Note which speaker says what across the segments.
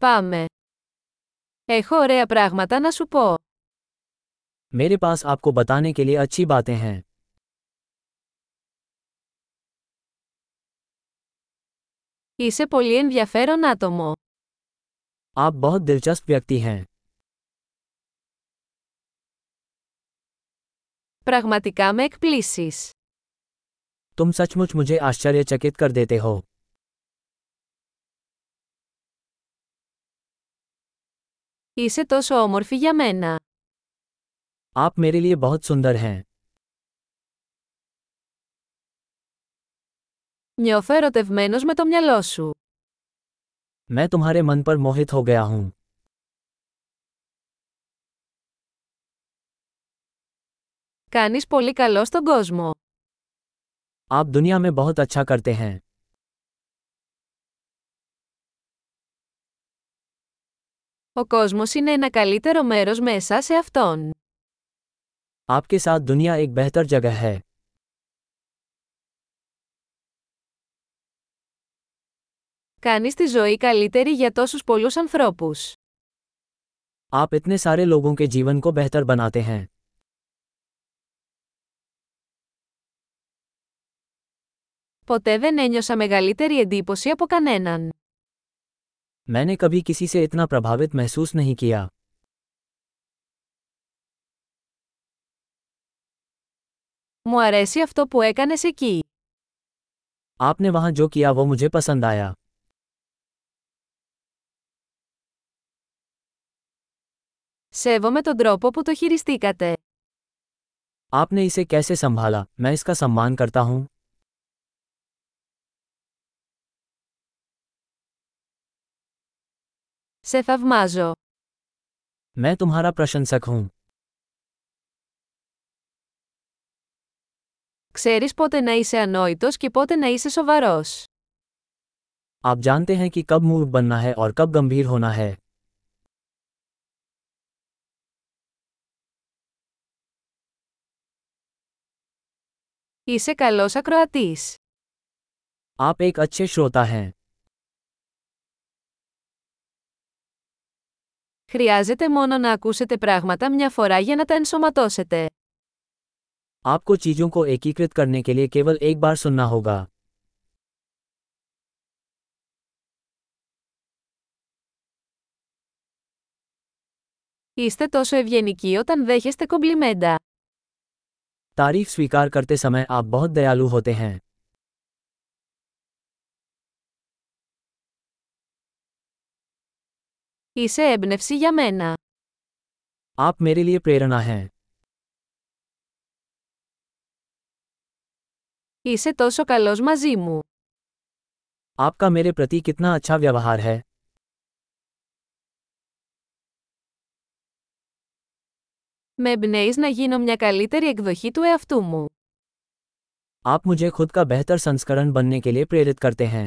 Speaker 1: Πάμε. Έχω ωραία πράγματα να σου πω.
Speaker 2: मेरे पास आपको बताने के लिए अच्छी बातें हैं
Speaker 1: Είσαι πολύ ενδιαφέρον άτομο.
Speaker 2: आप बहुत दिलचस्प व्यक्ति हैं
Speaker 1: Πραγματικά με εκπλήσεις.
Speaker 2: तुम सचमुच मुझे आश्चर्यचकित कर देते हो
Speaker 1: Είσαι τόσο όμορφη για μένα.
Speaker 2: आप मेरे लिए बहुत सुंदर हैं
Speaker 1: Νιώθω ερωτευμένος με το μυαλό σου.
Speaker 2: मैं तुम्हारे मन पर मोहित हो गया हूँ
Speaker 1: Κάνεις πολύ καλό στον κόσμο.
Speaker 2: आप दुनिया में बहुत अच्छा करते हैं
Speaker 1: Ο κόσμος είναι ένα καλύτερο μέρος με εσά σε αυτόν.
Speaker 2: आपके साथ दुनिया एक बेहतर जगह है
Speaker 1: Κάνεις τη ζωή καλύτερη για τόσους πολλούς ανθρώπους.
Speaker 2: आप इतने सारे लोगों के जीवन को बेहतर बनाते हैं
Speaker 1: Ποτέ δεν ένιωσα μεγαλύτερη εντύπωση από κανέναν.
Speaker 2: मैंने कभी किसी से इतना प्रभावित महसूस नहीं किया
Speaker 1: Μου αρέσει αυτό που έκανες εκεί.
Speaker 2: आपने वहाँ जो किया वो मुझे पसंद आया
Speaker 1: Σέβομαι τον τρόπο που το χειριστήκατε.
Speaker 2: आपने इसे कैसे संभाला मैं इसका सम्मान करता हूँ
Speaker 1: Σε θαυμάζω.
Speaker 2: मैं तुम्हारा प्रशंसक हूँ
Speaker 1: Ξέρεις πότε να είσαι ανόητος και πότε να είσαι σοβαρός.
Speaker 2: आप जानते हैं कि कब मूर्ख बनना है और कब गंभीर होना है
Speaker 1: Είσαι καλός ακροατής.
Speaker 2: आप एक अच्छे श्रोता हैं
Speaker 1: Χρειάζεται μόνο να ακούσετε πράγματα μια φορά για να τα ενσωματώσετε.
Speaker 2: आपको चीजों को एकीकृत करने के लिए केवल एक बार सुनना होगा
Speaker 1: Είστε τόσο ευγενικοί όταν δέχεστε κομπλιμέντα.
Speaker 2: तारीफ स्वीकार करते समय आप बहुत दयालु होते हैं
Speaker 1: Είσαι έμπνευση για μένα.
Speaker 2: आप मेरे लिए प्रेरणा हैं
Speaker 1: Είσαι τόσο καλός μαζί μου.
Speaker 2: आपका मेरे प्रति कितना अच्छा व्यवहार है
Speaker 1: Με εμπνέεις να γίνω μια καλύτερη εκδοχή του εαυτού μου.
Speaker 2: आप मुझे खुद का बेहतर संस्करण बनने के लिए प्रेरित करते हैं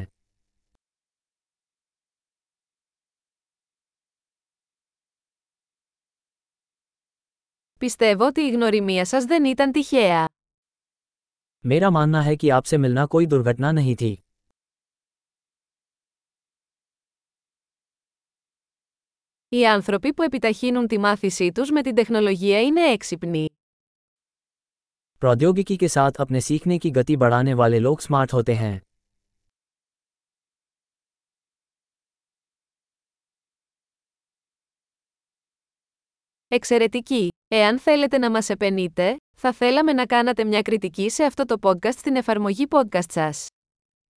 Speaker 1: Πιστεύω ότι η γνωριμία σας δεν ήταν τυχαία.
Speaker 2: मेरा मानना है कि आपसे मिलना कोई दुर्घटना नहीं थी
Speaker 1: Οι άνθρωποι που επιταχύνουν τη μάθησή τους με την τεχνολογία είναι έξυπνοι.
Speaker 2: प्रौद्योगिकी के साथ अपने सीखने की गति बढ़ाने वाले लोग स्मार्ट होते हैं
Speaker 1: Εξαιρετική! Εάν θέλετε να μας επενείτε, θα θέλαμε να κάνατε μια κριτική σε αυτό το podcast στην εφαρμογή podcast σας.